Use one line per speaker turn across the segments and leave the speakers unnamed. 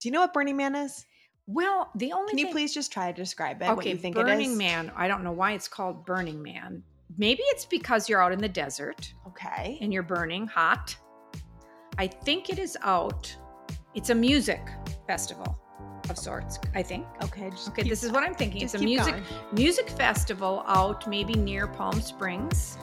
Do you know what Burning Man is?
Well, the only
Can you
thing-
please just try to describe it? what
okay
you think it
Burning
is?
Man. I don't know why it's called Burning Man. Maybe it's because you're out in the desert
Okay.
and you're burning hot. I think it is out. It's a music festival of sorts. I think.
Okay. Just
Okay,
keep-
this is what I'm thinking.
just
it's a
keep
music
going.
music festival out maybe near Palm Springs.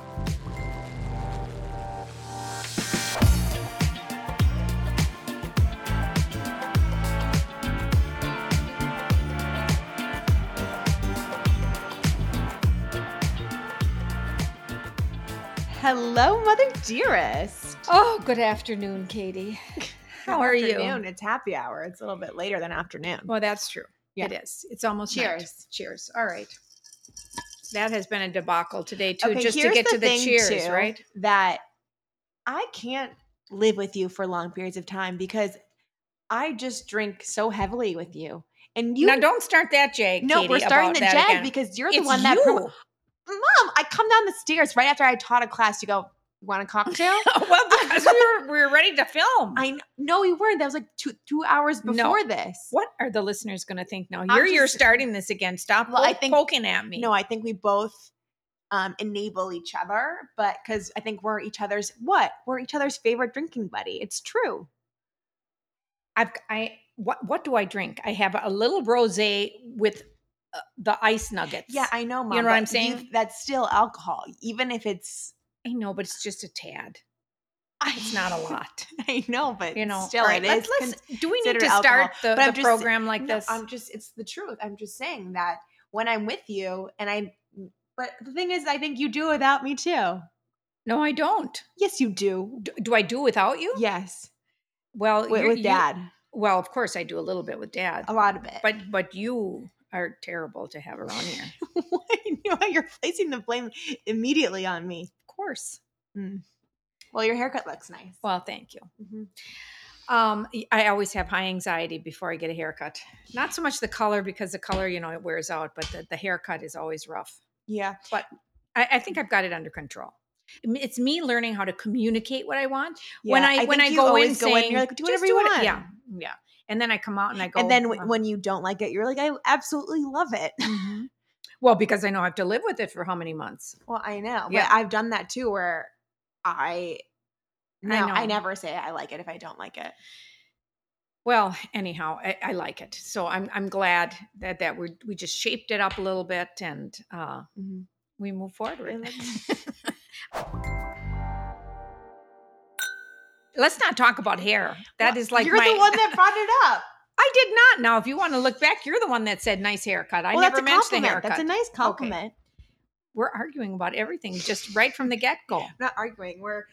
Hello, Mother Dearest.
Oh, good afternoon, Katie. How
Good
are you?
afternoon. It's happy hour. It's a little bit later than afternoon.
Well, that's true.
Yeah.
It is. It's almost night.
Cheers.
Cheers. All right. That has been a debacle today too,
Okay,
just to
here's
get to the
thing,
cheers,
too,
right?
That I can't live with you for long periods of time because I just drink so heavily with you. And you
now don't start that jag.
No,
Katie,
we're starting the
about that
jag
again.
because you're the
it's
one that
you.
promo- Mom, I come down the stairs right after I taught a class to go, want a cocktail?
well, because we were we were ready to film.
I kn- no, we weren't. That was like two two hours
No.
before this.
what are the listeners going to think now? You're you're
just-
starting this again. Stop
Well, I
po-
think-
poking at me.
No, I think we both um, enable each other, but because I think we're each other's what? We're each other's favorite drinking buddy. It's true.
I've I what what do I drink? I have a little rosé with uh, the ice nuggets.
Yeah, I know, mom.
know what I'm
but you-
saying?
that's still alcohol, even if it's.
I know, but it's just a tad.
I-
It's not a lot.
I know, but
You know,
still
All right,
it
let's,
is
let's- do we need
considered
to
alcohol,
start the,
but I'm
the
just-
program like
No,
this?
I'm just it's the truth. I'm just saying that when I'm with you and I but the thing is I think you do without me too.
no, I don't.
Yes, you do.
Do, do I do without you?
Yes.
Well,
With,
you're-
with
you-
dad. Oh.
well, of course, I do a little bit with dad,
a lot of it.
but but you are terrible to have around here. Of
you know, you're placing the blame immediately on me.
course.
Well, your haircut looks nice.
Well, thank you.
Mhm.
Um, I always have high anxiety before I get a haircut. Not so much the color because the color, you know, it wears out, but the, the haircut is always rough.
Yeah.
I, I think I've got it under control. M- It's me learning how to communicate what I want when
yeah.
I, when
think
I
you
go in,
always
saying,
you're like do
"Just
whatever you
what I-"
want.
Yeah, yeah. And then I come out and I go,
And then w-
"Uh,
when Mm-hmm. you don't like it, you're like, I absolutely love it.
mhm." well, because I know I have to live with it for how many months?
Well, I know.
Yeah.
But I've done that too where I no, I,
know.
never say I like it if I don't like it.
Well, anyhow, I, I like it, so I'm I'm glad that that we we just shaped it up a little bit and uh,
Mm-hmm.
we move forward. Let's not talk about hair. That is like
you're
my,
the one that brought it up.
I did not. Now, if you want to look back, you're the one that said nice haircut. I
well,
never
that's a
mentioned the
compliment.
haircut.
That's a nice compliment.
We're arguing about everything just right from the get go.
We're not arguing. We're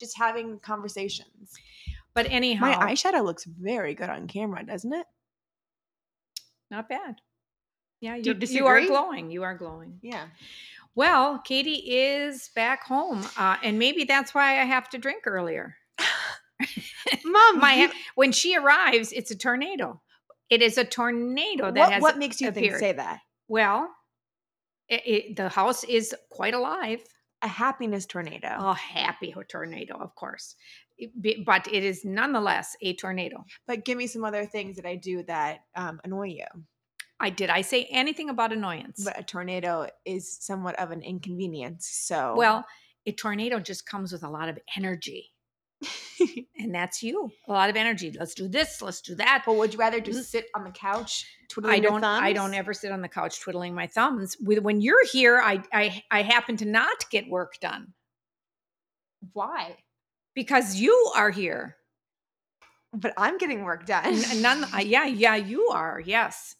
just having conversations.
But anyhow,
My eyeshadow looks very good on camera, doesn't it?
not bad. Yeah,
Do
you,
you
you are
disagree?
glowing. You are glowing.
Yeah.
Well, Katie is back home, uh, and maybe that's why I have to drink earlier.
Mom,
My
Oh, you-
ha- when she arrives, it's a tornado. It is a tornado that
what,
has
what makes you think
appeared.
say that?
well. It, it, the house is quite alive.
A happiness tornado.
Oh, happy ho- tornado, of course. It be- But it is nonetheless a tornado.
But give me some other things that I do that um, annoy you.
I did I say anything about annoyance?
But a tornado is somewhat of an inconvenience. So
well, a tornado just comes with a lot of energy. and that's you. A lot of energy. Let's do this, let's do that.
But would you rather just sit on the couch twiddling
I
your
don't I
thumbs?
don't ever sit on the couch twiddling my thumbs. With- When you're here, I I I happen to not get work done
Why?
because you are here.
But I'm getting work done.
And none I- yeah, yeah, you are. Yes.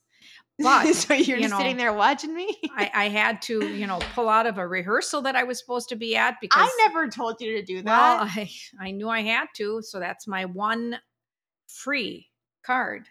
But,
so you're
you
just sitting
know,
there watching me.
I, I had to, you know, pull out of a rehearsal that I was supposed to be at because
I never told you to do
Well,
that.
I, I knew I had to, so that's my one free card.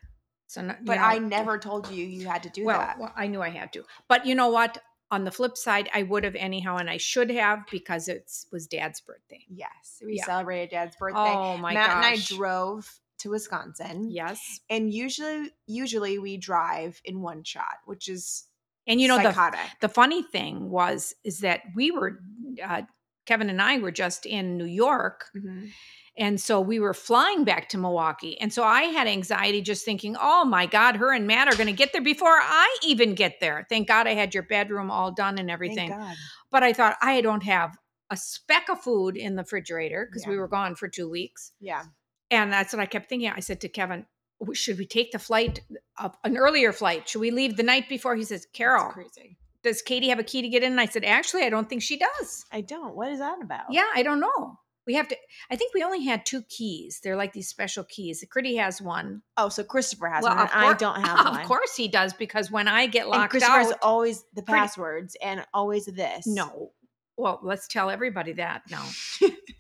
So, no- you
but
know,
I never told you you had to do
Well,
that.
well, I knew I had to, but you know what? On the flip side, I would have anyhow, and I should have because it was Dad's birthday.
Yes, we
Yeah.
celebrated Dad's birthday.
Oh my
Matt and I
gosh!
drove to Wisconsin.
yes,
and usually, usually we drive in one shot, which is
and you know the
psychotic.
the funny thing was is that we were uh, Kevin and I were just in New York,
Mhm.
And so we were flying back to Milwaukee. And so I had anxiety just thinking, oh my God, her and Matt are going to get there before I even get there. Thank God I had your bedroom all done and everything.
God.
But I thought, I don't have a speck of food in the refrigerator because we were gone for two weeks.
Yeah.
And that's what I kept thinking. I said to Kevin, "W- should we take the flight, up, an earlier flight? Should we leave the night before? He says,
That's
Carol,
crazy.
does Katie have a key to get in? And I said, actually, I don't think she does.
I don't. What is that about?
Yeah, I don't know. We have to, I think we only had two keys. They're like these special keys. Critty has one.
Oh, so Christopher has
Well,
one.
of
and I
cour-
don't have one.
Of course he does because when I get
And
locked
Christopher has
out,
always the
Pretty-
passwords and always this.
no. Well, let's tell everybody that now.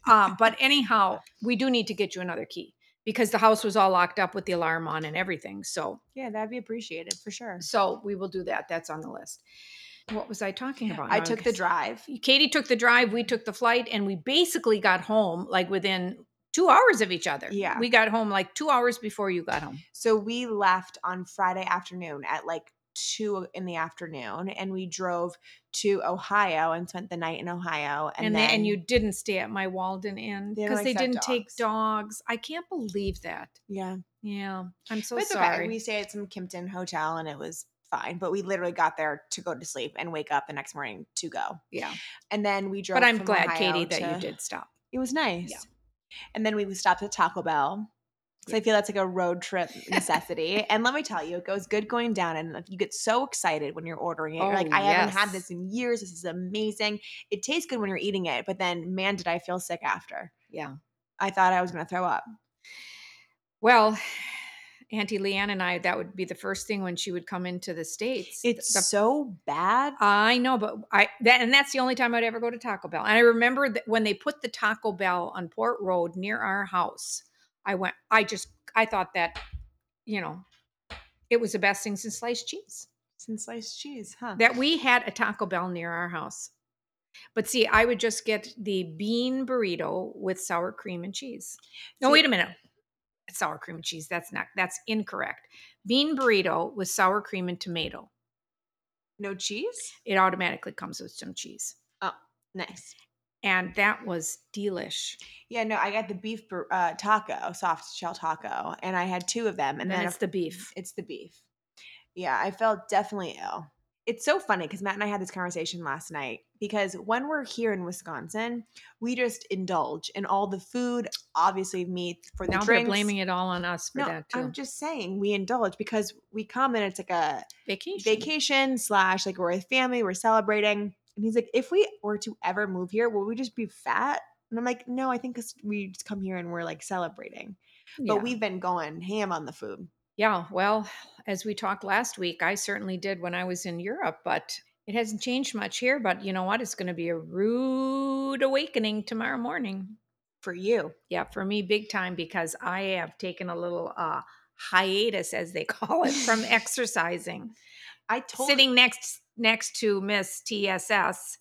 um, but anyhow, we do need to get you another key because the house was all locked up with the alarm on and everything. So,
Yeah, that'd be appreciated for sure.
so we will do that. That's on the list. What was I talking about?
I
Now
took the
guess-
drive.
Katie took the drive. We took the flight, and we basically got home like within two hours of each other.
Yeah.
we got home like two hours before you got home.
So we left on Friday afternoon at like two in the afternoon and we drove to Ohio and spent the night in Ohio. And,
and, then,
then
and you didn't stay at my Walden Inn
They don't
because they,
accept
didn't take
dogs.
dogs. I can't believe that.
Yeah.
Yeah, I'm so
But it's
sorry.
okay. We stayed at some Kimpton hotel and it was fine. But we literally got there to go to sleep and wake up the next morning to go.
yeah,
And then we drove.
but I'm
from
glad,
Ohio
Katie, that
to-
you did stop.
It was nice. And then we stopped at Taco Bell. So I feel that's like a road trip necessity. and let me tell you, it goes good going down. And like, you get so excited when you're ordering it.
Oh,
you're like, I haven't had
yes.
this in years. This is amazing. It tastes good when you're eating it. But then, man, did I feel sick after.
Yeah.
I thought I was going to throw up.
Well, Auntie Leanne and I, that would be the first thing when she would come into the states. th-
It's
the
so bad.
I know, but I that and that's the only time I'd ever go to Taco Bell. And I remember that when they put the Taco Bell on Port Road near our house, I went. I just I thought that, you know, it was the best thing since sliced cheese
Since sliced cheese, huh?
that we had a Taco Bell near our house. But see, I would just get the bean burrito with sour cream and cheese. No,
See-
wait a minute. Sour cream and cheese. That's not. That's incorrect. Bean burrito with sour cream and tomato.
No cheese?
It automatically comes with some cheese.
Nice.
and that was delish.
Yeah, no, I got the beef bur- uh, taco, soft shell taco, and I had two of them. And
And then
then,
it's the beef.
It's the beef. Yeah, I felt definitely ill. It's so funny because Matt and I had this conversation last night because when we're here in Wisconsin, we just indulge in all the food, obviously meat for the
Now
drinks.
they're blaming it all on us for
no,
that too.
I'm just saying we indulge because we come and it's like a
vacation.
vacation slash like we're with family, we're celebrating. And he's like, if we were to ever move here, will we just be fat? And I'm like, no, I think 'cause we just come here and we're like celebrating.
Yeah.
But we've been going ham on the food.
yeah. Well, as we talked last week, I certainly did when I was in Europe, but it hasn't changed much here. But you know what? It's going to be a rude awakening tomorrow morning.
For you,
Yeah, for me, big time because I have taken a little uh, hiatus, as they call it, from exercising.
I told
sitting next next to Miss TSS,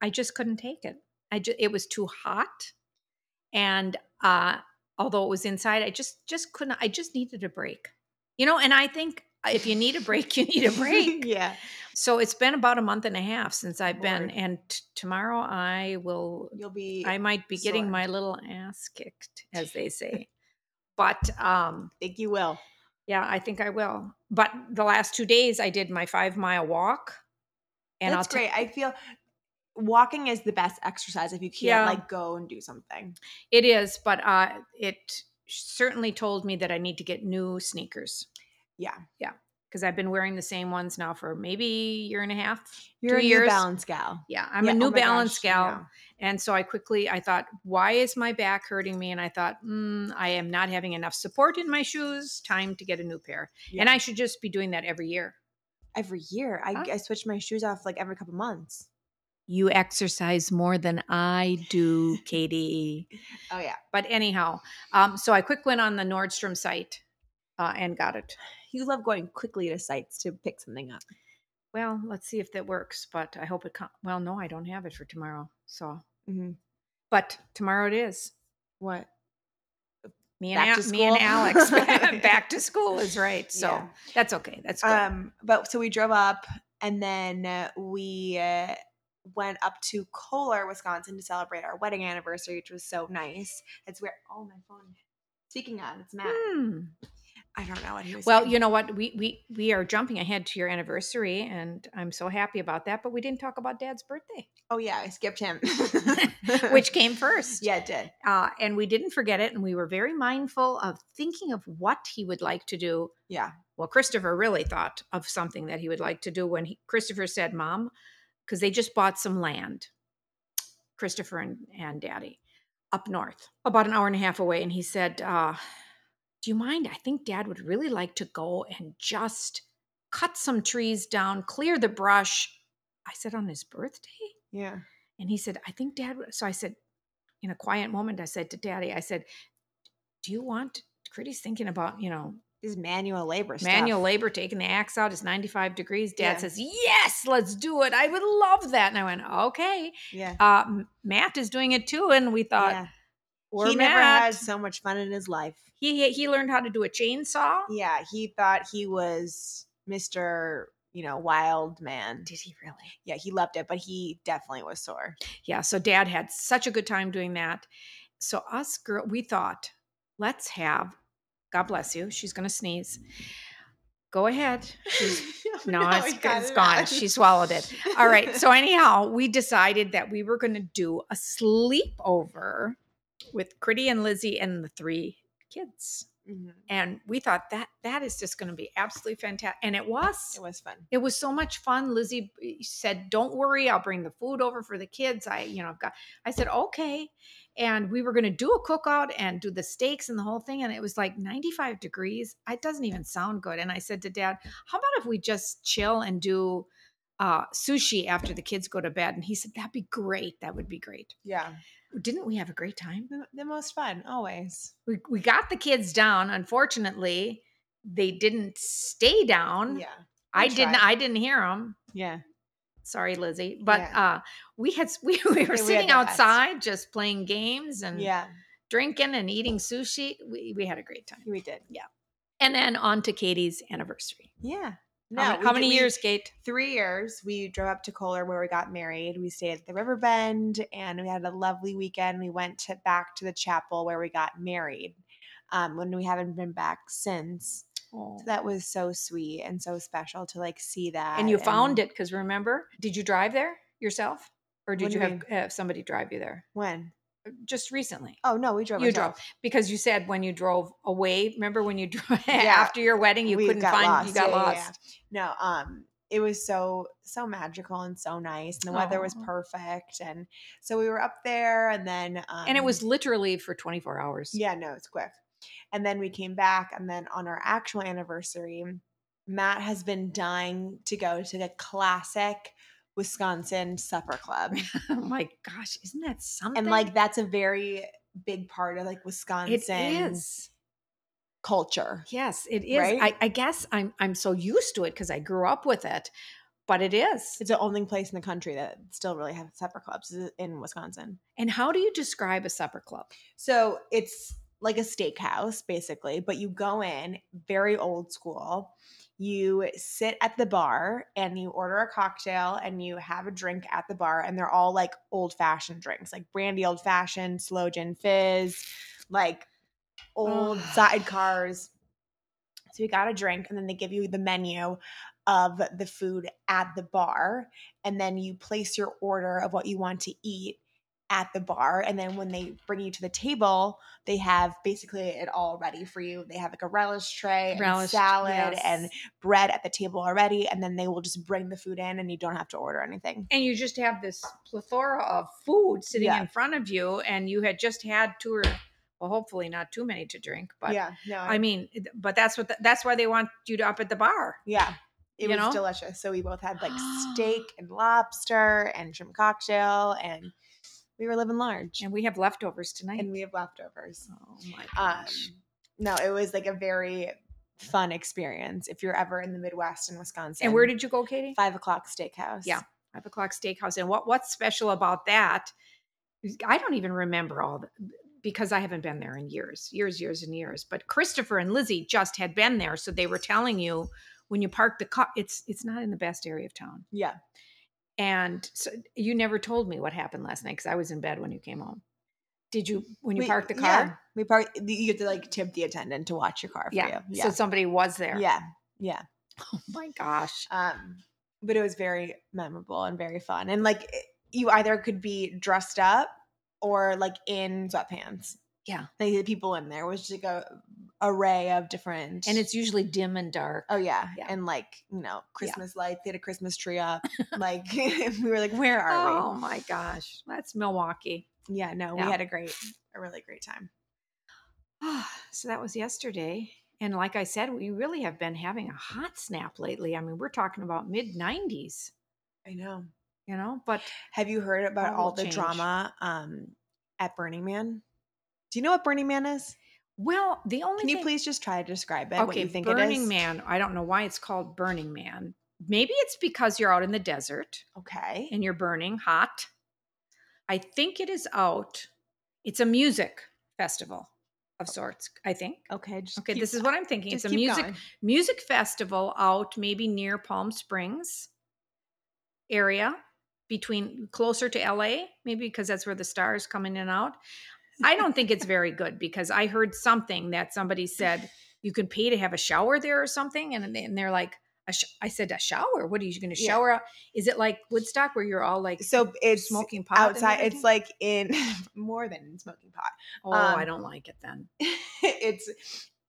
I just couldn't take it. I just it was too hot, and uh, although it was inside, I just just couldn't. I just needed a break, you know. And I think if you need a break, you need a break.
yeah.
so it's been about a month and a half since I've been,
Lord.
and t- tomorrow I will.
You'll be.
I
I
might be getting
sore.
my little ass kicked, as they say. but um,
think you will.
yeah, I think I will. But the last two days, I did my five mile walk, and
That's
I'll
great. I feel walking is the best exercise if you can't
Yeah.
like go and do something.
it is. But uh, it certainly told me that I need to get new sneakers
Yeah,
because I've been wearing the same ones now for maybe a year and a half.
you're
Two
a New
years.
Balance gal.
Yeah, I'm
Yeah,
a
oh
New
my
Balance
gosh,
gal,
yeah.
and so I quickly I thought, why is my back hurting me? And I thought, mm, I am not having enough support in my shoes. Time to get a new pair, and
Yeah.
I should just be doing that every year.
Every year, I,
Huh?
I switch my shoes off like every couple months.
You exercise more than I do, Katie.
Oh yeah,
But anyhow, um, so I quick went on the Nordstrom site uh, and got it.
you love going quickly to sites to pick something up.
Well, let's see if that works. But I hope it. Com- well, no, I don't have it for tomorrow. So,
Mm-hmm.
but tomorrow it is.
What?
Me and
Back
Al-
to
me and
school.
Alex back to school is right. So
Yeah. Uh,
that's okay. That's good.
Um, but so we drove up, and then uh, we uh, went up to Kohler, Wisconsin to celebrate our wedding anniversary, which was so nice. That's where, oh, my phone. Speaking of, it's Matt.
Hmm.
I don't know what he was
Well,
saying.
you know what? We we we are jumping ahead to your anniversary, and I'm so happy about that. But we didn't talk about Dad's birthday,
Oh, yeah, I skipped him.
which came first.
yeah, it did.
Uh, and we didn't forget it, and we were very mindful of thinking of what he would like to do.
Yeah.
Well, Christopher really thought of something that he would like to do when he, Christopher said, "Mom," because they just bought some land. Christopher and, and Daddy up north, about an hour and a half away, and he said, uh, "Do you mind? I think Dad would really like to go and just cut some trees down, clear the brush." I said, "On his birthday."
Yeah.
And he said, I think dad, would-" so I said, in a quiet moment, I said to daddy, I said, do you want, Critty's thinking about, you know,
This is manual labor stuff.
manual labor, taking the axe out, it's 95 degrees. Dad
Yeah.
says, yes, let's do it. I would love that. And I went, okay.
Yeah.
Uh, M- Matt is doing it too. And we thought,
yeah.
"Poor
he never
Matt.
had so much fun in his life.
he, he learned how to do a chainsaw.
Yeah, he thought he was Mr. You know, wild man.
Did he really?
Yeah, he loved it, but he definitely was sore.
Yeah. So dad had such a good time doing that. So us girl, we thought, let's have, God bless you. She's going to sneeze. Go ahead. She's, no, it's,
he got
it's
it
gone.
out.
She swallowed it. All right. So anyhow, we decided that we were going to do a sleepover with Critty and Lizzie and the three kids.
Mhm.
And we thought that that is just going to be absolutely fantastic. And it was.
it was fun.
It was so much fun. Lizzie b- said, "Don't worry, I'll bring the food over for the kids." I, you know, I've got. I said, "Okay," and we were going to do a cookout and do the steaks and the whole thing. And it was like 95 degrees. It doesn't even sound good. And I said to Dad, "How about if we just chill and do uh, sushi after the kids go to bed?" And he said, "That'd be great. That would be great."
Yeah,
Didn't we have a great time?
the, the most fun always.
We we got the kids down. Unfortunately, they didn't stay down.
Yeah,
I
we
didn't.
tried.
I didn't hear them.
yeah,
sorry lizzie but
Yeah.
uh we had s- we, we were
had
sitting
the best.
outside just playing games and
yeah.
drinking and eating sushi we, we had a great time
We did.
and then on to katie's anniversary
Yeah.
How ma- how,
we did-
many
we-
years kate
Three years. We drove up to Kohler where we got married. We stayed at the Riverbend and we had a lovely weekend. We went to, back to the chapel where we got married. Um, when we haven't been back since.
Oh.
So that was so sweet and so special to like see that.
and you found it because remember did you drive there yourself or did
What
you
do you
have, have somebody drive you there
When?
just recently
Oh no, we drove.
you
ourselves.
drove because you said when you drove away remember when you drove
Yeah.
after your wedding you
We
couldn't
got
find you
lost.
got
Yeah, yeah,
lost
yeah. No, um, it was so so magical and so nice, and the weather was
Aw.
perfect, and so we were up there, and then um,
and it was literally for 24 hours
Yeah, no, it's quick. And then we came back, and then on our actual anniversary, Matt has been dying to go to the classic Wisconsin supper club.
oh my gosh isn't that something
and like that's a very big part of like Wisconsin
It is.
culture.
Yes, it is.
Right?
I, I guess I'm I'm so used to it because I grew up with it, but it is.
It's the only place in the country that still really has supper clubs is in Wisconsin.
And how do you describe a supper club?
So it's like a steakhouse, basically, but you go in very old school. You sit at the bar and you order a cocktail and you have a drink at the bar, and they're all like old fashioned drinks, like brandy old fashioned, slow gin fizz, like old
Ugh.
sidecars. So you got a drink, and then they give you the menu of the food at the bar, and then you place your order of what you want to eat at the bar. And then when they bring you to the table, they have basically it all ready for you. They have like a relish tray, and
Relish,
salad, and
yes.
bread at the table already, and then they will just bring the food in, and you don't have to order anything.
And you just have this plethora of food sitting
Yeah.
in front of you, and you had just had two or well, hopefully not too many to drink, but
yeah, no,
I mean, it- but that's what the, that's why they want you to up at the bar.
Yeah. It
You
was
know?
delicious. So we both had like steak and lobster and shrimp cocktail and we were living large.
And we have leftovers tonight.
And we have leftovers.
oh my
Um
gosh!
no, it was like a very fun experience if you're ever in the Midwest in Wisconsin.
and where did you go, Katie?
five o'clock steakhouse?
Yeah. five o'clock steakhouse and what what's special about that is i don't even remember all the because i haven't been there in years years years and years but christopher and lizzie just had been there so they were telling you when you park the car it's it's not in the best area of town
Yeah.
And so you never told me what happened last night because I was in bed when you came home. Did you when you
We-
parked the
yeah,
car?
we park. You have to like tip the attendant to watch your car for
Yeah.
you.
So somebody was there.
yeah, yeah.
Oh my gosh.
Um, but it was very memorable and very fun. And like it- you either could be dressed up or like in sweatpants.
Yeah.
Like the people in there was just like a array of different
And it's usually dim and dark.
Oh yeah.
Yeah.
And like, you know, Christmas lights, they had a Christmas tree up. like we were like, where are
Oh my gosh. That's Milwaukee.
we? Yeah, no,
Yeah.
we had a great, a really great time.
so that was yesterday. And like I said, we really have been having a hot snap lately. I mean, we're talking about mid 90s,
I know.
you know, but
Have you heard about
All will
all the
change.
drama um at Burning Man? Do you know what Burning Man is?
well, the only
Can you
thing-
please just try to describe it?
okay,
what you think
Burning
it is?
Man. I don't know why it's called Burning Man. Maybe it's because you're out in the desert
Okay.
and you're burning hot. I think it is out. It's a music festival of sorts, I think.
Okay. Just
Okay,
keep-
this is what I'm thinking. It's
just
a
keep
music
going.
music festival out maybe near Palm Springs area between closer to LA, maybe because that's where the stars come in and out. I don't think it's very good because I heard something that somebody said you can pay to have a shower there or something, and, they- and they're like, a sh- I said a shower. What are you going to
Yeah.
shower? out? Is it like Woodstock where you're all like
So it's
smoking pot and
outside.
everything?
It's like in more than smoking pot.
oh,
um,
I don't like it then.
it's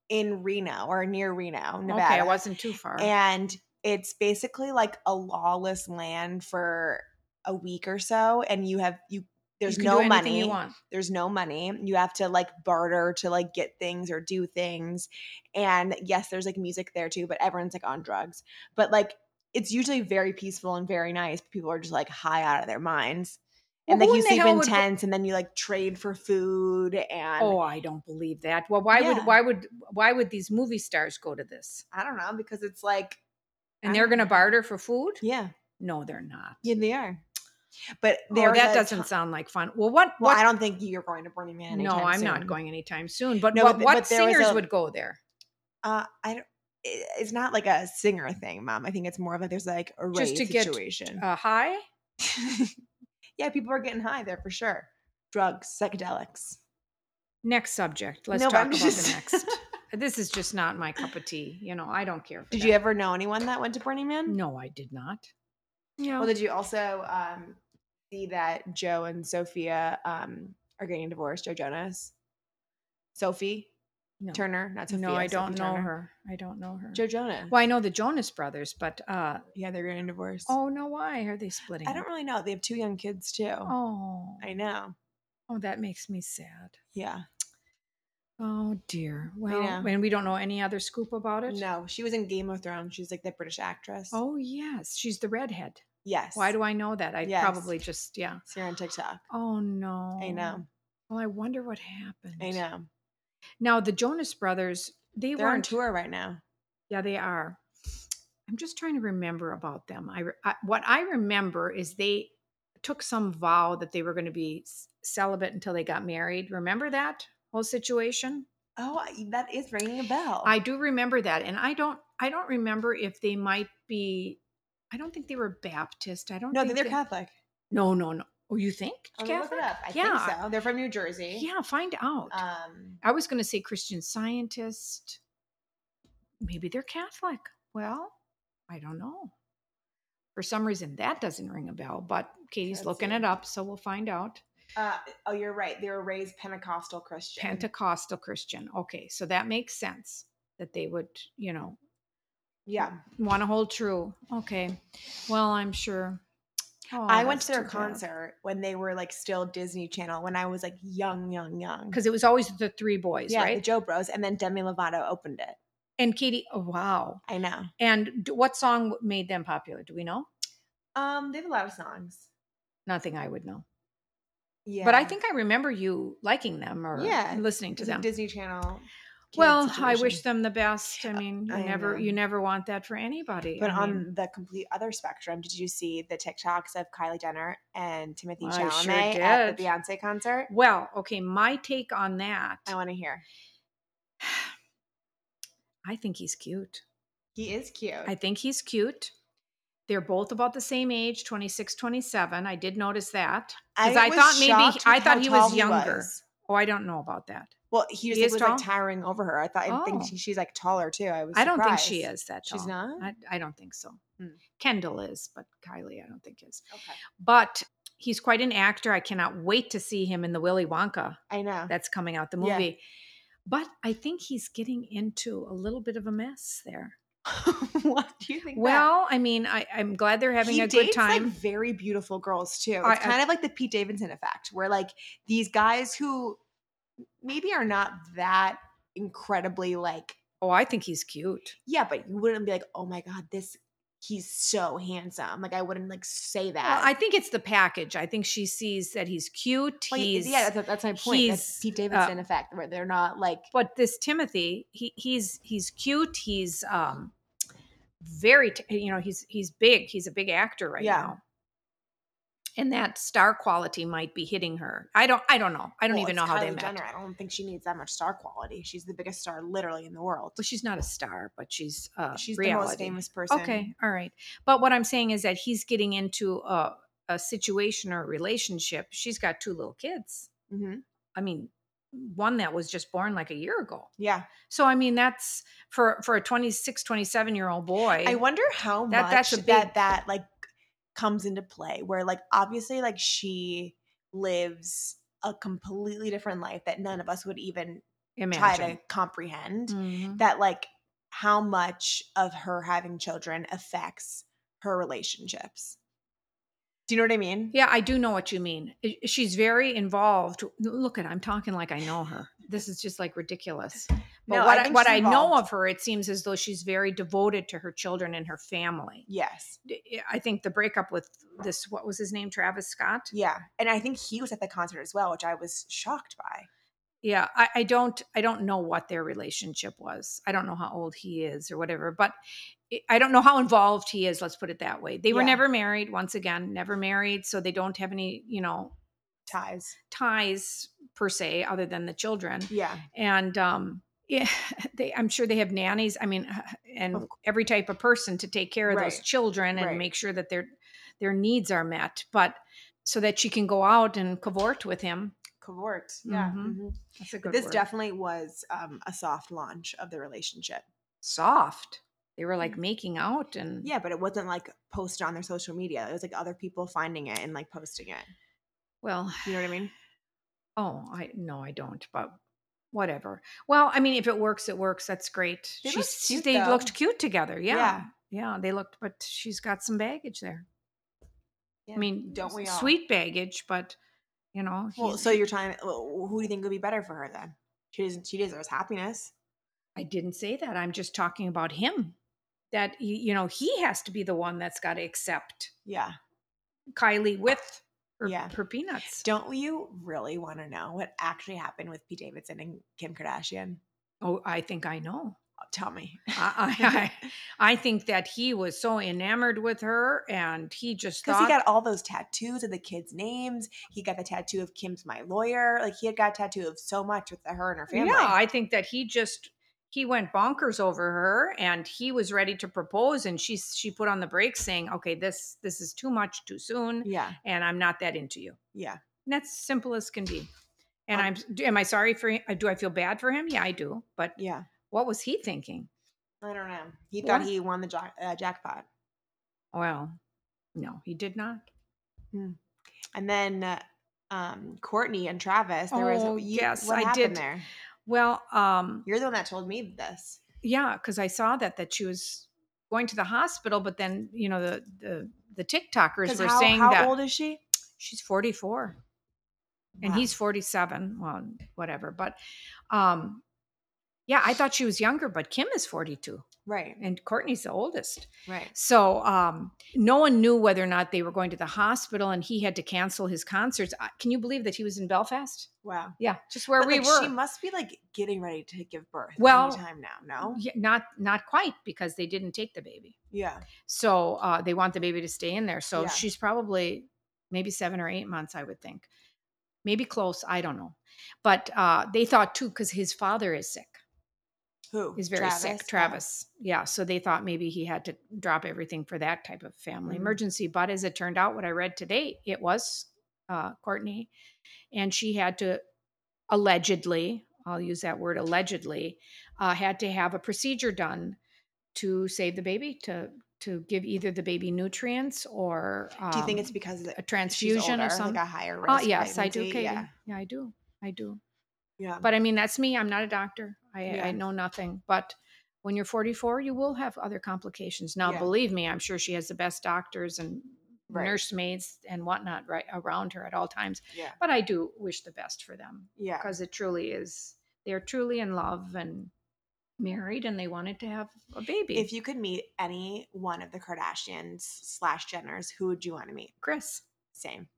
in Reno or near Reno, Nevada.
Okay, I wasn't too far.
And it's basically like a lawless land for a week or so, and you have you. There's
you can
no
do anything
money.
you want.
There's no money. You have to like barter to like get things or do things. And yes, there's like music there too, but everyone's like on drugs. But like it's usually very peaceful and very nice. People are just like high out of their minds. And
Well,
like
who
you
in the
sleep
hell
in
would go-
tents and then you like trade for food and
Oh, I don't believe that. Well, why
Yeah.
would why would why would these movie stars go to this?
I don't know because it's like
And
I
they're
don't
going to
know.
barter for food?
yeah,
No, they're not.
yeah they are. But
Oh,
there was
that
a
doesn't
ti-
sound like fun. Well, what?
well,
what
I don't think you're going to Burning Man.
no,
anytime
I'm not
soon.
going anytime soon. But
No,
what,
but-
what
but there was
singers
a-
would go there?
Uh, I don't. i- It's not like a singer thing, mom. I think it's more of like there's like a rave
Just to get,
situation.
Uh, hi.
yeah, people are getting high there for sure. Drugs, psychedelics.
Next subject. Let's
No, but
talk
I'm
about
just-
the next. this is just not my cup of tea. You know, I don't care. For
Did
that.
you ever know anyone that went to Burning Man?
No, I did not.
Well, did you also um, see that Joe and Sophia um, are getting divorced? Joe Jonas, Sophie
No.
Turner, not Sophia.
no, I
Sophie
don't know
Turner.
her. I don't know her.
Joe Jonas.
Well, I know the Jonas Brothers, but uh,
Yeah, they're getting divorced.
oh no, why are they splitting?
I
up?
don't really know. They have two young kids too.
Oh,
I know.
oh, that makes me sad.
Yeah.
Oh dear. Well,
know.
and we don't know any other scoop about it.
No, she was in Game of Thrones. She's like the British actress.
Oh yes, she's the redhead.
yes.
Why do I know that? I
Yes.
probably just yeah.
See her on TikTok.
Oh no.
I know.
Well, I wonder what happened.
I know.
Now the Jonas Brothers, they
They're on
weren't.
tour right now.
Yeah, they are. I'm just trying to remember about them. I, re- I what I remember is they took some vow that they were going to be s- celibate until they got married. Remember that whole situation?
Oh, I- that is ringing a bell.
I do remember that, and I don't. I don't remember if they might be. I don't think they were Baptist. I don't.
no,
think
they're
they-
Catholic.
No, no, no. Oh, you think
I'm gonna look
Catholic? Uh,
it up. I think
Yeah.
so. They're from New Jersey.
Yeah, find out.
Um,
I was going to say Christian Scientist. Maybe they're Catholic. Well, I don't know. For some reason, that doesn't ring a bell. But Katie's
Let's
looking
see.
it up, so we'll find out.
uh, oh, you're right. They were raised Pentecostal Christian.
Pentecostal Christian. Okay, so that makes sense that they would, you know,
yeah.
want to hold true. Okay. Well, I'm sure. Oh,
I went
that's
to their
too bad.
concert when they were like still Disney Channel when I was like young, young, young.
because it was always the three boys,
yeah, the
right?
Joe Bros, and then Demi Lovato opened it.
and Katie. Oh, wow.
I know.
And d- what song made them popular? Do we know?
Um, they have a lot of songs.
Nothing I would know.
Yeah,
But I think I remember you liking them or
Yeah,
listening to
it's a
them.
Disney Channel. kid
well, I wish
situation.
them the best. I mean, you
I
never
know.
you never want that for anybody.
But
I
on
mean,
the complete other spectrum, did you see the TikToks of Kylie Jenner and Timothy
I
Chalamet
sure
at the
did.
Beyonce concert?
well, okay, my take on that.
I want to hear.
I think he's cute.
He is cute. Uh,
I think he's cute. They're both about the same age, 26, 27. I did notice that.
I,
'Cause I
was
thought maybe-
shocked
I
with
thought
how
he was
tall
younger. Oh, I don't know about that.
Well, he just
He is
was
tall?
like towering over her. I thought I think
Oh.
she, she's like taller too. I was.
I don't think she
surprised.
is that tall.
She's not.
I, I don't think so.
Hmm.
Kendall is, but Kylie, I don't think is.
okay.
But he's quite an actor. I cannot wait to see him in the Willy Wonka
I know.
that's coming out, the
Yeah.
movie. But I think he's getting into a little bit of a mess there.
what do you think? that-
Well, I mean, I, I'm glad they're having
he
a good
dates,
time.
Like very beautiful girls too. It's
I- I-
kind of like the Pete Davidson effect, where like these guys who maybe are not that incredibly like
oh, I think he's cute.
yeah, but you wouldn't be like, oh my god, this he's so handsome. Like I wouldn't like say that.
Well, I think it's the package. I think she sees that he's cute.
Well, y-
he's
yeah, that's, that's my point.
he's, uh,
That's Pete Davidson effect, where they're not like
but this Timothy, he he's he's cute. He's um very t- you know he's he's big. He's a big actor right
Yeah.
now. And that star quality might be hitting her. I don't. I don't know. I don't
well,
even know
it's
how they
Kylie
met.
Jenner. I don't think she needs that much star quality. She's the biggest star literally in the world.
Well, she's not a star, but she's uh,
She's
reality.
the most famous person.
Okay, all right. But what I'm saying is that he's getting into a, a situation or a relationship. She's got two little kids.
hmm
I mean, one that was just born like a year ago.
Yeah.
So I mean, that's for for a 26, 27 year old boy.
I wonder how
That-
much
that's a big-
that that like comes into play. Where like obviously like she lives a completely different life that none of us would even try
imagine.
to comprehend.
Mhm.
That like how much of her having children affects her relationships. Do you know what I mean?
Yeah, I do know what you mean. I- She's very involved. Look at I'm talking like I know her. This is just like ridiculous. But
No,
what
I
I,
think
what
she's
I know
involved.
of her, it seems as though she's very devoted to her children and her family.
Yes.
d- I think the breakup with this what was his name Travis Scott.
Yeah. And I think he was at the concert as well, which I was shocked by.
Yeah, I, I don't I don't know what their relationship was. I don't know how old he is or whatever, but it- I don't know how involved he is. Let's put it that way. They were
Yeah.
never married. Once again, never married, so they don't have any you know
Ties.
ties per se other than the children.
Yeah.
And um, yeah, they I'm sure they have nannies. I mean, and
Of
every type of person to take care of those
Right.
children and
Right.
make sure that their their needs are met, but so that she can go out and cavort with him.
Cavort. Yeah.
Mhm.
mhm.
That's a good
this
word.
definitely was um, a soft launch of the relationship.
soft. They were like making out and
Mm. Yeah, but it wasn't like posted on their social media. It was like other people finding it and like posting it.
Well,
You know what I mean?
oh, I no, I don't, but whatever. Well, I mean, if it works, it works. That's great.
They
She's-
looked
she-
cute,
they
though.
looked cute together. Yeah. yeah.
Yeah.
they looked, but she's got some baggage there.
Yeah.
I mean,
don't we all?
sweet baggage, but you know,
Well,
he's-
so you're trying. well, Who do you think would be better for her then? She doesn't. She deserves happiness.
I didn't say that. I'm just talking about him. That y- you know, he has to be the one that's got to accept
Yeah.
Kylie with her,
Yeah.
her peanuts.
Don't you really want to know what actually happened with Pete Davidson and Kim Kardashian? Oh,
Oh, I think I know.
Tell me.
I, I, I think that he was so enamored with her and he just
Because he
thought
got all those tattoos of the kids' names. He got the tattoo of Kim's my lawyer. Like he had got a tattoo of so much with her and her family.
yeah i think that he just he went bonkers over her and he was ready to propose and she she put on the brakes saying okay this this is too much too soon
yeah.
and i'm not that into you
Yeah.
and that's simple as can be and
Um,
i'm do- am i sorry for him do i feel bad for him yeah i do but
Yeah.
what was he thinking
I don't know. He thought
What?
he won the jack- uh, jackpot.
well no he did not
And then uh, um, Courtney and Travis. There was,
Oh,
you-
yes,
what
I
happened
did.
there?
well um
You're the one that told me this.
yeah because i saw that that she was going to the hospital but then you know the the, the tiktokers
'Cause
were
how,
saying
how
that
old is she?
she's 44 and
Wow.
he's 47 well whatever but um yeah i thought she was younger but kim is 42
right,
and courtney's the oldest
right.
so um no one knew whether or not they were going to the hospital and he had to cancel his concerts I- can you believe that he was in belfast
Wow.
yeah just where
But,
we
like,
were
She must be like getting ready to give birth.
Well,
time now. No.
Yeah, not not quite because they didn't take the baby
Yeah.
So uh, they want the baby to stay in there. So
Yeah.
she's probably maybe seven or eight months, I would think. Maybe close. I don't know. But uh, they thought too, because his father is sick.
Who
is very sick. Travis. Yeah. So they thought maybe he had to drop everything for that type of family
Mhm.
emergency. But as it turned out, what I read today, it was uh, Courtney. And she had to allegedly, I'll use that word allegedly, uh, had to have a procedure done to save the baby, to to give either the baby nutrients or um,
Do you think it's because of
a
the
transfusion or something?
like a higher risk?
Oh, yes, I do,
pregnancy?
Katie.
Yeah.
Yeah. I do. I do.
Yeah.
But I mean, that's me. I'm not a doctor. I,
Yeah.
I know nothing. But when you're 44, you will have other complications. Now,
Yeah.
believe me, I'm sure she has the best doctors and
Right.
nursemaids and whatnot right around her at all times.
yeah.
But I do wish the best for them
Yeah.
because it truly is. They're truly in love and married, and they wanted to have a baby.
If you could meet any one of the Kardashians slash Jenners, who would you want to meet?
Chris,
Same.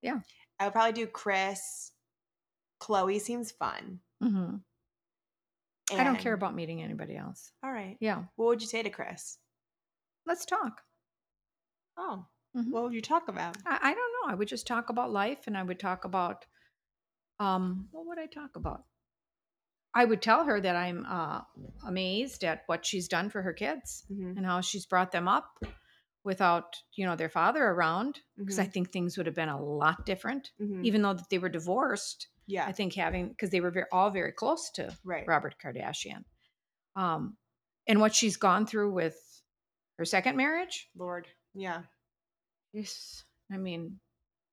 Yeah.
I would probably do Chris. Chloe seems fun.
hmm I don't care
Mm-hmm. and-
about meeting anybody else.
All right.
Yeah,
What would you say to Chris?
let's talk.
Oh,
Mhm.
what would you talk about?
I, I don't know. I would just talk about life and I would talk about um what would I talk about? I would tell her that I'm uh, amazed at what she's done for her kids
Mhm,
and how she's brought them up without, you know, their father around because I
mhm,
think things would have been a lot different
mhm.
even though that they were divorced.
yeah.
I think having because they were very, all very close to
right.
Robert Kardashian. Um and what she's gone through with her second marriage
Lord. Yeah.
Yes, I mean,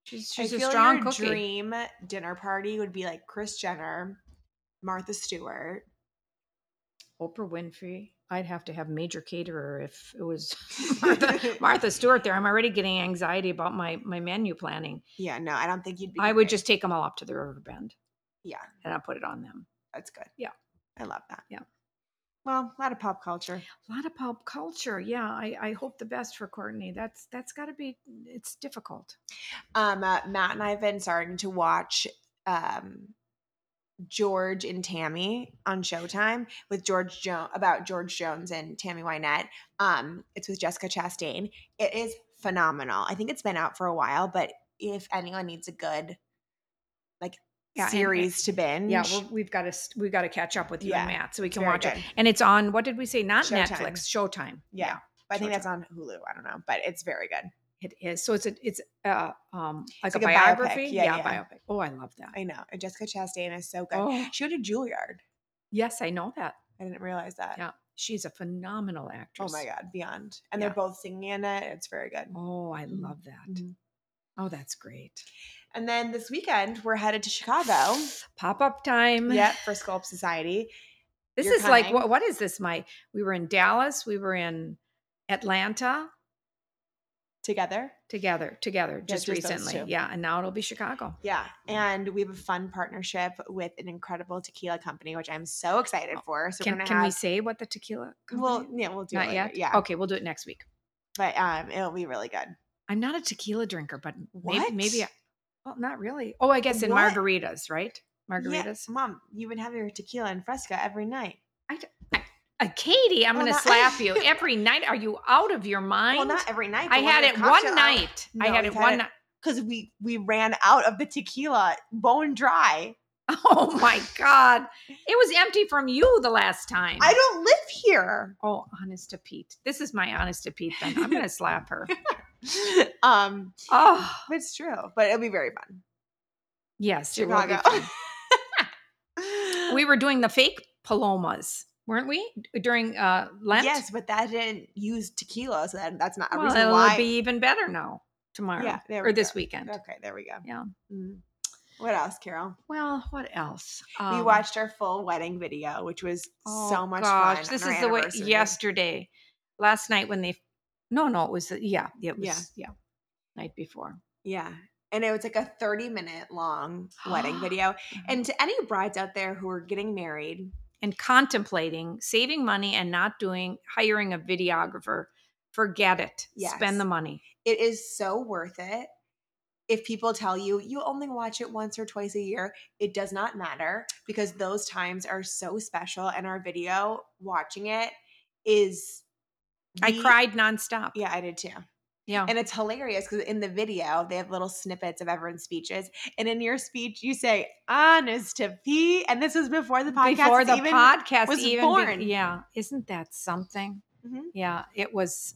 she's
I
she's a
feel
strong
your
cookie.
dream dinner party would be like Chris Jenner, Martha Stewart.
Oprah Winfrey. I'd have to have major caterer if it was Martha, Martha Stewart there. I'm already getting anxiety about my my menu planning.
Yeah, no, I don't think you'd be.
I would
great.
just take them all up to the river bend
Yeah,
and I put it on them.
that's good.
Yeah.
I love that.
Yeah.
Well, a lot of pop culture.
A lot of pop culture. Yeah, I, I hope the best for Courtney. That's that's got to be. It's difficult.
Um, uh, Matt and I have been starting to watch um, George and Tammy on Showtime with George Jones about George Jones and Tammy Wynette. Um, it's with Jessica Chastain. It is phenomenal. I think it's been out for a while, but if anyone needs a good like
Yeah, and-
series to binge,
Yeah, well, we've got to we've got to catch up with you and
Yeah,
Matt so we
it's
can
very
watch it.
good.
And it's on. What did we say? Not
Showtime.
Netflix. Showtime.
Yeah. I think
Showtime.
that's on Hulu. I don't know, but it's very good.
It is. So it's a, it's uh um like
like
a
a biopic.
biography.
Yeah, yeah.
biopic. Oh, I love that.
I know. And Jessica Chastain is so good.
Oh,
She went to Juilliard.
yes, I know that.
I didn't realize that.
Yeah. She's a phenomenal actress.
Oh my God, Beyond. And
Yeah.
they're both singing in it. It's very good.
Oh, I
Mhm.
love that.
Mhm.
Oh, that's great.
And then this weekend, we're headed to Chicago.
Pop up time.
yep, for Sculpt Society.
This
you're
is like
coming.
what what is this? My we were in Dallas, we were in Atlanta
Together.
together, together just,
just those
recently.
two.
Yeah. And now it'll be Chicago.
Yeah.
Mm.
And we have a fun partnership with an incredible tequila company, which I'm so excited for. So
Oh, can
we're
can
gonna
we
have
say what the tequila company?
well, yeah, we'll do it.
not
later.
yet. Oh.
Yeah.
Okay, we'll do it next week.
But um it'll be really good.
I'm not a tequila drinker, but
What?
maybe, maybe I, well, not really. Oh, I guess in
What?
margaritas, right?
Yeah,
Margaritas.
Mom, you've been having your tequila and fresca every night.
Uh, Katie, I'm
Well,
going to
not-
slap you every night. Are you out of your mind?
Well, not every night.
I had it one night. I
No,
had
we've
it
had
one
it-
night.
because we we ran out of the tequila bone dry.
Oh my God. It was empty from you the last time.
I don't live here.
Oh, honest to Pete. This is my honest to Pete then. I'm going to slap her.
um,
Oh,
but it's true. But it'll be very fun.
yes. it will be
Chicago.
fun. we were doing the fake palomas, weren't we? During uh, Lent?
yes, but that didn't use tequila, so that, that's not a
Well,
reason
it'll
why.
be even better now tomorrow
Yeah, there
or
we
this
go.
weekend.
okay, there we go.
Yeah.
Mm. What else, Carol?
Well, what else?
we
Um,
watched our full wedding video, which was
oh
so much
gosh,
fun.
This
on our
is the way
anniversary.
yesterday, last night when they, no, no, it was uh, yeah, it was
Yeah.
yeah, night before.
Yeah. And it was like a 30 minute long wedding video. And to any brides out there who are getting married,
and contemplating saving money and not doing hiring a videographer. Forget it.
Yes.
Spend the money.
it is so worth it. If people tell you you only watch it once or twice a year, it does not matter because those times are so special. And our video watching it is.
I
the-
cried Oh. nonstop.
Yeah, I did too.
Yeah.
And it's hilarious because in the video, they have little snippets of everyone's speeches. And in your speech, you say, honest to P. And this was before the podcast.
Before
was
the
even-
podcast
was
even
born.
yeah, isn't that something?
Mhm.
Yeah, it was.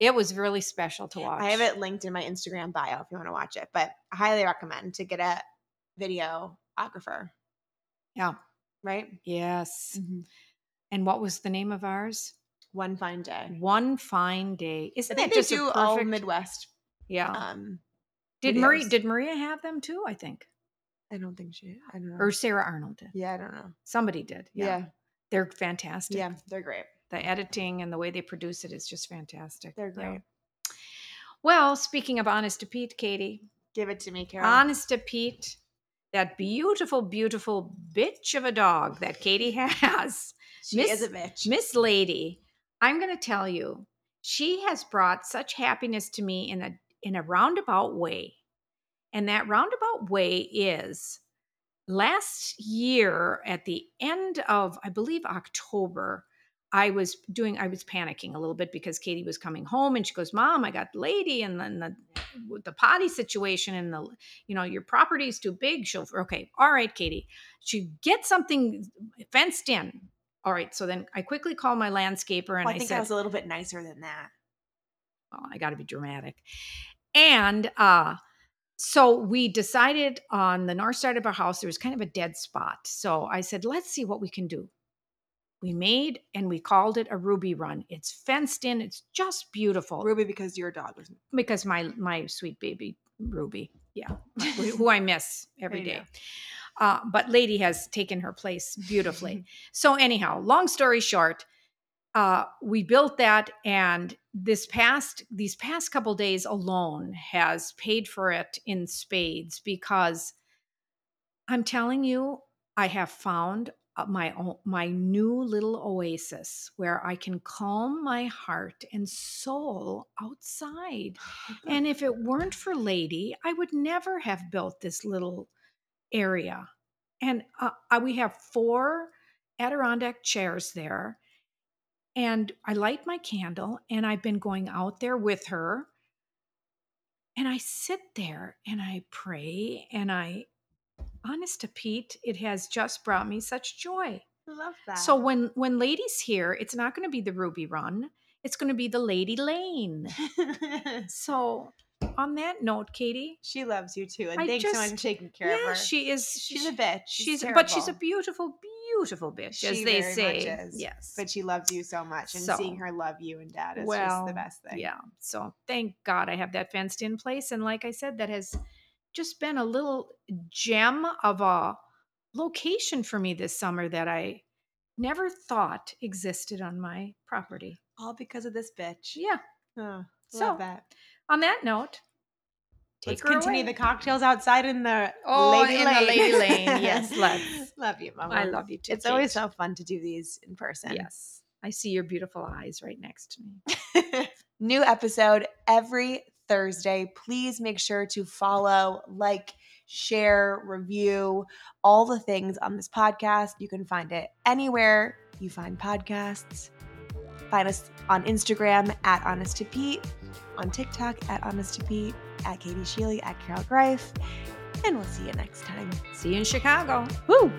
It was really special to watch.
I have it linked in my Instagram bio if you want to watch it, but I highly recommend to get a videographer.
Yeah.
Right?
Yes. And what was the name of ours?
One fine day.
One fine day.
I
Mm. Isn't
think
that
they
just
do
a
all
perfect- Oh.
Midwest.
yeah.
Um,
did Maria?
videos.
Did Maria have them too? I think,
I don't think she, I don't know.
or Sarah Arnold did.
yeah, I don't know.
Somebody did. Yeah.
Yeah.
They're fantastic.
Yeah. They're great.
The editing and the way they produce it is just fantastic.
They're
Yeah.
great.
Well, speaking of honest to Pete, Katie,
Give it to me, Carol.
honest to Pete, that beautiful, beautiful bitch of a dog that Katie has,
she
Miss-
is a bitch.
Miss Lady, I'm going to tell you, she has brought such happiness to me in a in a roundabout way, and that roundabout way is last year at the end of I believe October. I was doing, I was panicking a little bit because Katie was coming home and she goes, Mom, I got lady and then the, with the potty situation and the, you know, your property is too big. She'll, okay, all right, Katie. She get something fenced in. All right. So then I quickly called my landscaper and
Well,
I,
I think
said,
I was a little bit nicer than that.
well, "Oh, I got to be dramatic. And uh, so we decided on the north side of our house, there was kind of a dead spot. So I said, let's see what we can do. We made and we called it a ruby run. It's fenced in, it's just beautiful
Ruby, because your dog was
because my my sweet baby Ruby, yeah, who who I miss every
There you
day. Uh, but Lady has taken her place beautifully. so anyhow, long story short, uh, we built that, and this past these past couple days alone has paid for it in spades because I'm telling you, I have found uh, my own, my new little oasis where I can calm my heart and soul outside. And if it weren't for Lady, I would never have built this little area. And uh, uh, we have four Adirondack chairs there. And I light my candle, and I've been going out there with her. And I sit there and I pray. And I, honest to Pete, it has just brought me such
I
joy.
love that.
So when when Lady's here, it's not going to be the Ruby Run. It's going to be the Lady Lane. So, on that note, Katie,
she loves you too, and
I
thanks so much for
just-
taking care of
yeah,
her.
she is.
she's
she-
a bitch.
She's,
She's,
but she's a
terrible,
beautiful, beautiful bitch, as
She
they
very
say.
much is.
Yes,
but she loves you so much, and
So-
seeing her love you and dad is just
Well,
the best thing.
yeah. So thank God I have that fenced in place, and like I said, that has just been a little gem of a location for me this summer that I never thought existed on my property.
all because of this bitch.
Yeah.
Oh,
So,
love that.
On that note, take
Let's
her
continue
away.
the cocktails outside in the
Oh,
lady
in the
lane.
lady lane. Yes, let's.
love you, mama.
I love you too.
It's always
Kate.
so fun to do these in person.
Yes. I see your beautiful eyes right next to me.
New episode every Thursday. Please make sure to follow, like, share, review all the things on this podcast. You can find it anywhere you find podcasts. Find us on Instagram at Honest to Pete, on TikTok at Honest to Pete, at Katie Sheely, at Carol Greif, and we'll see you next time.
See you in Chicago.
Woo!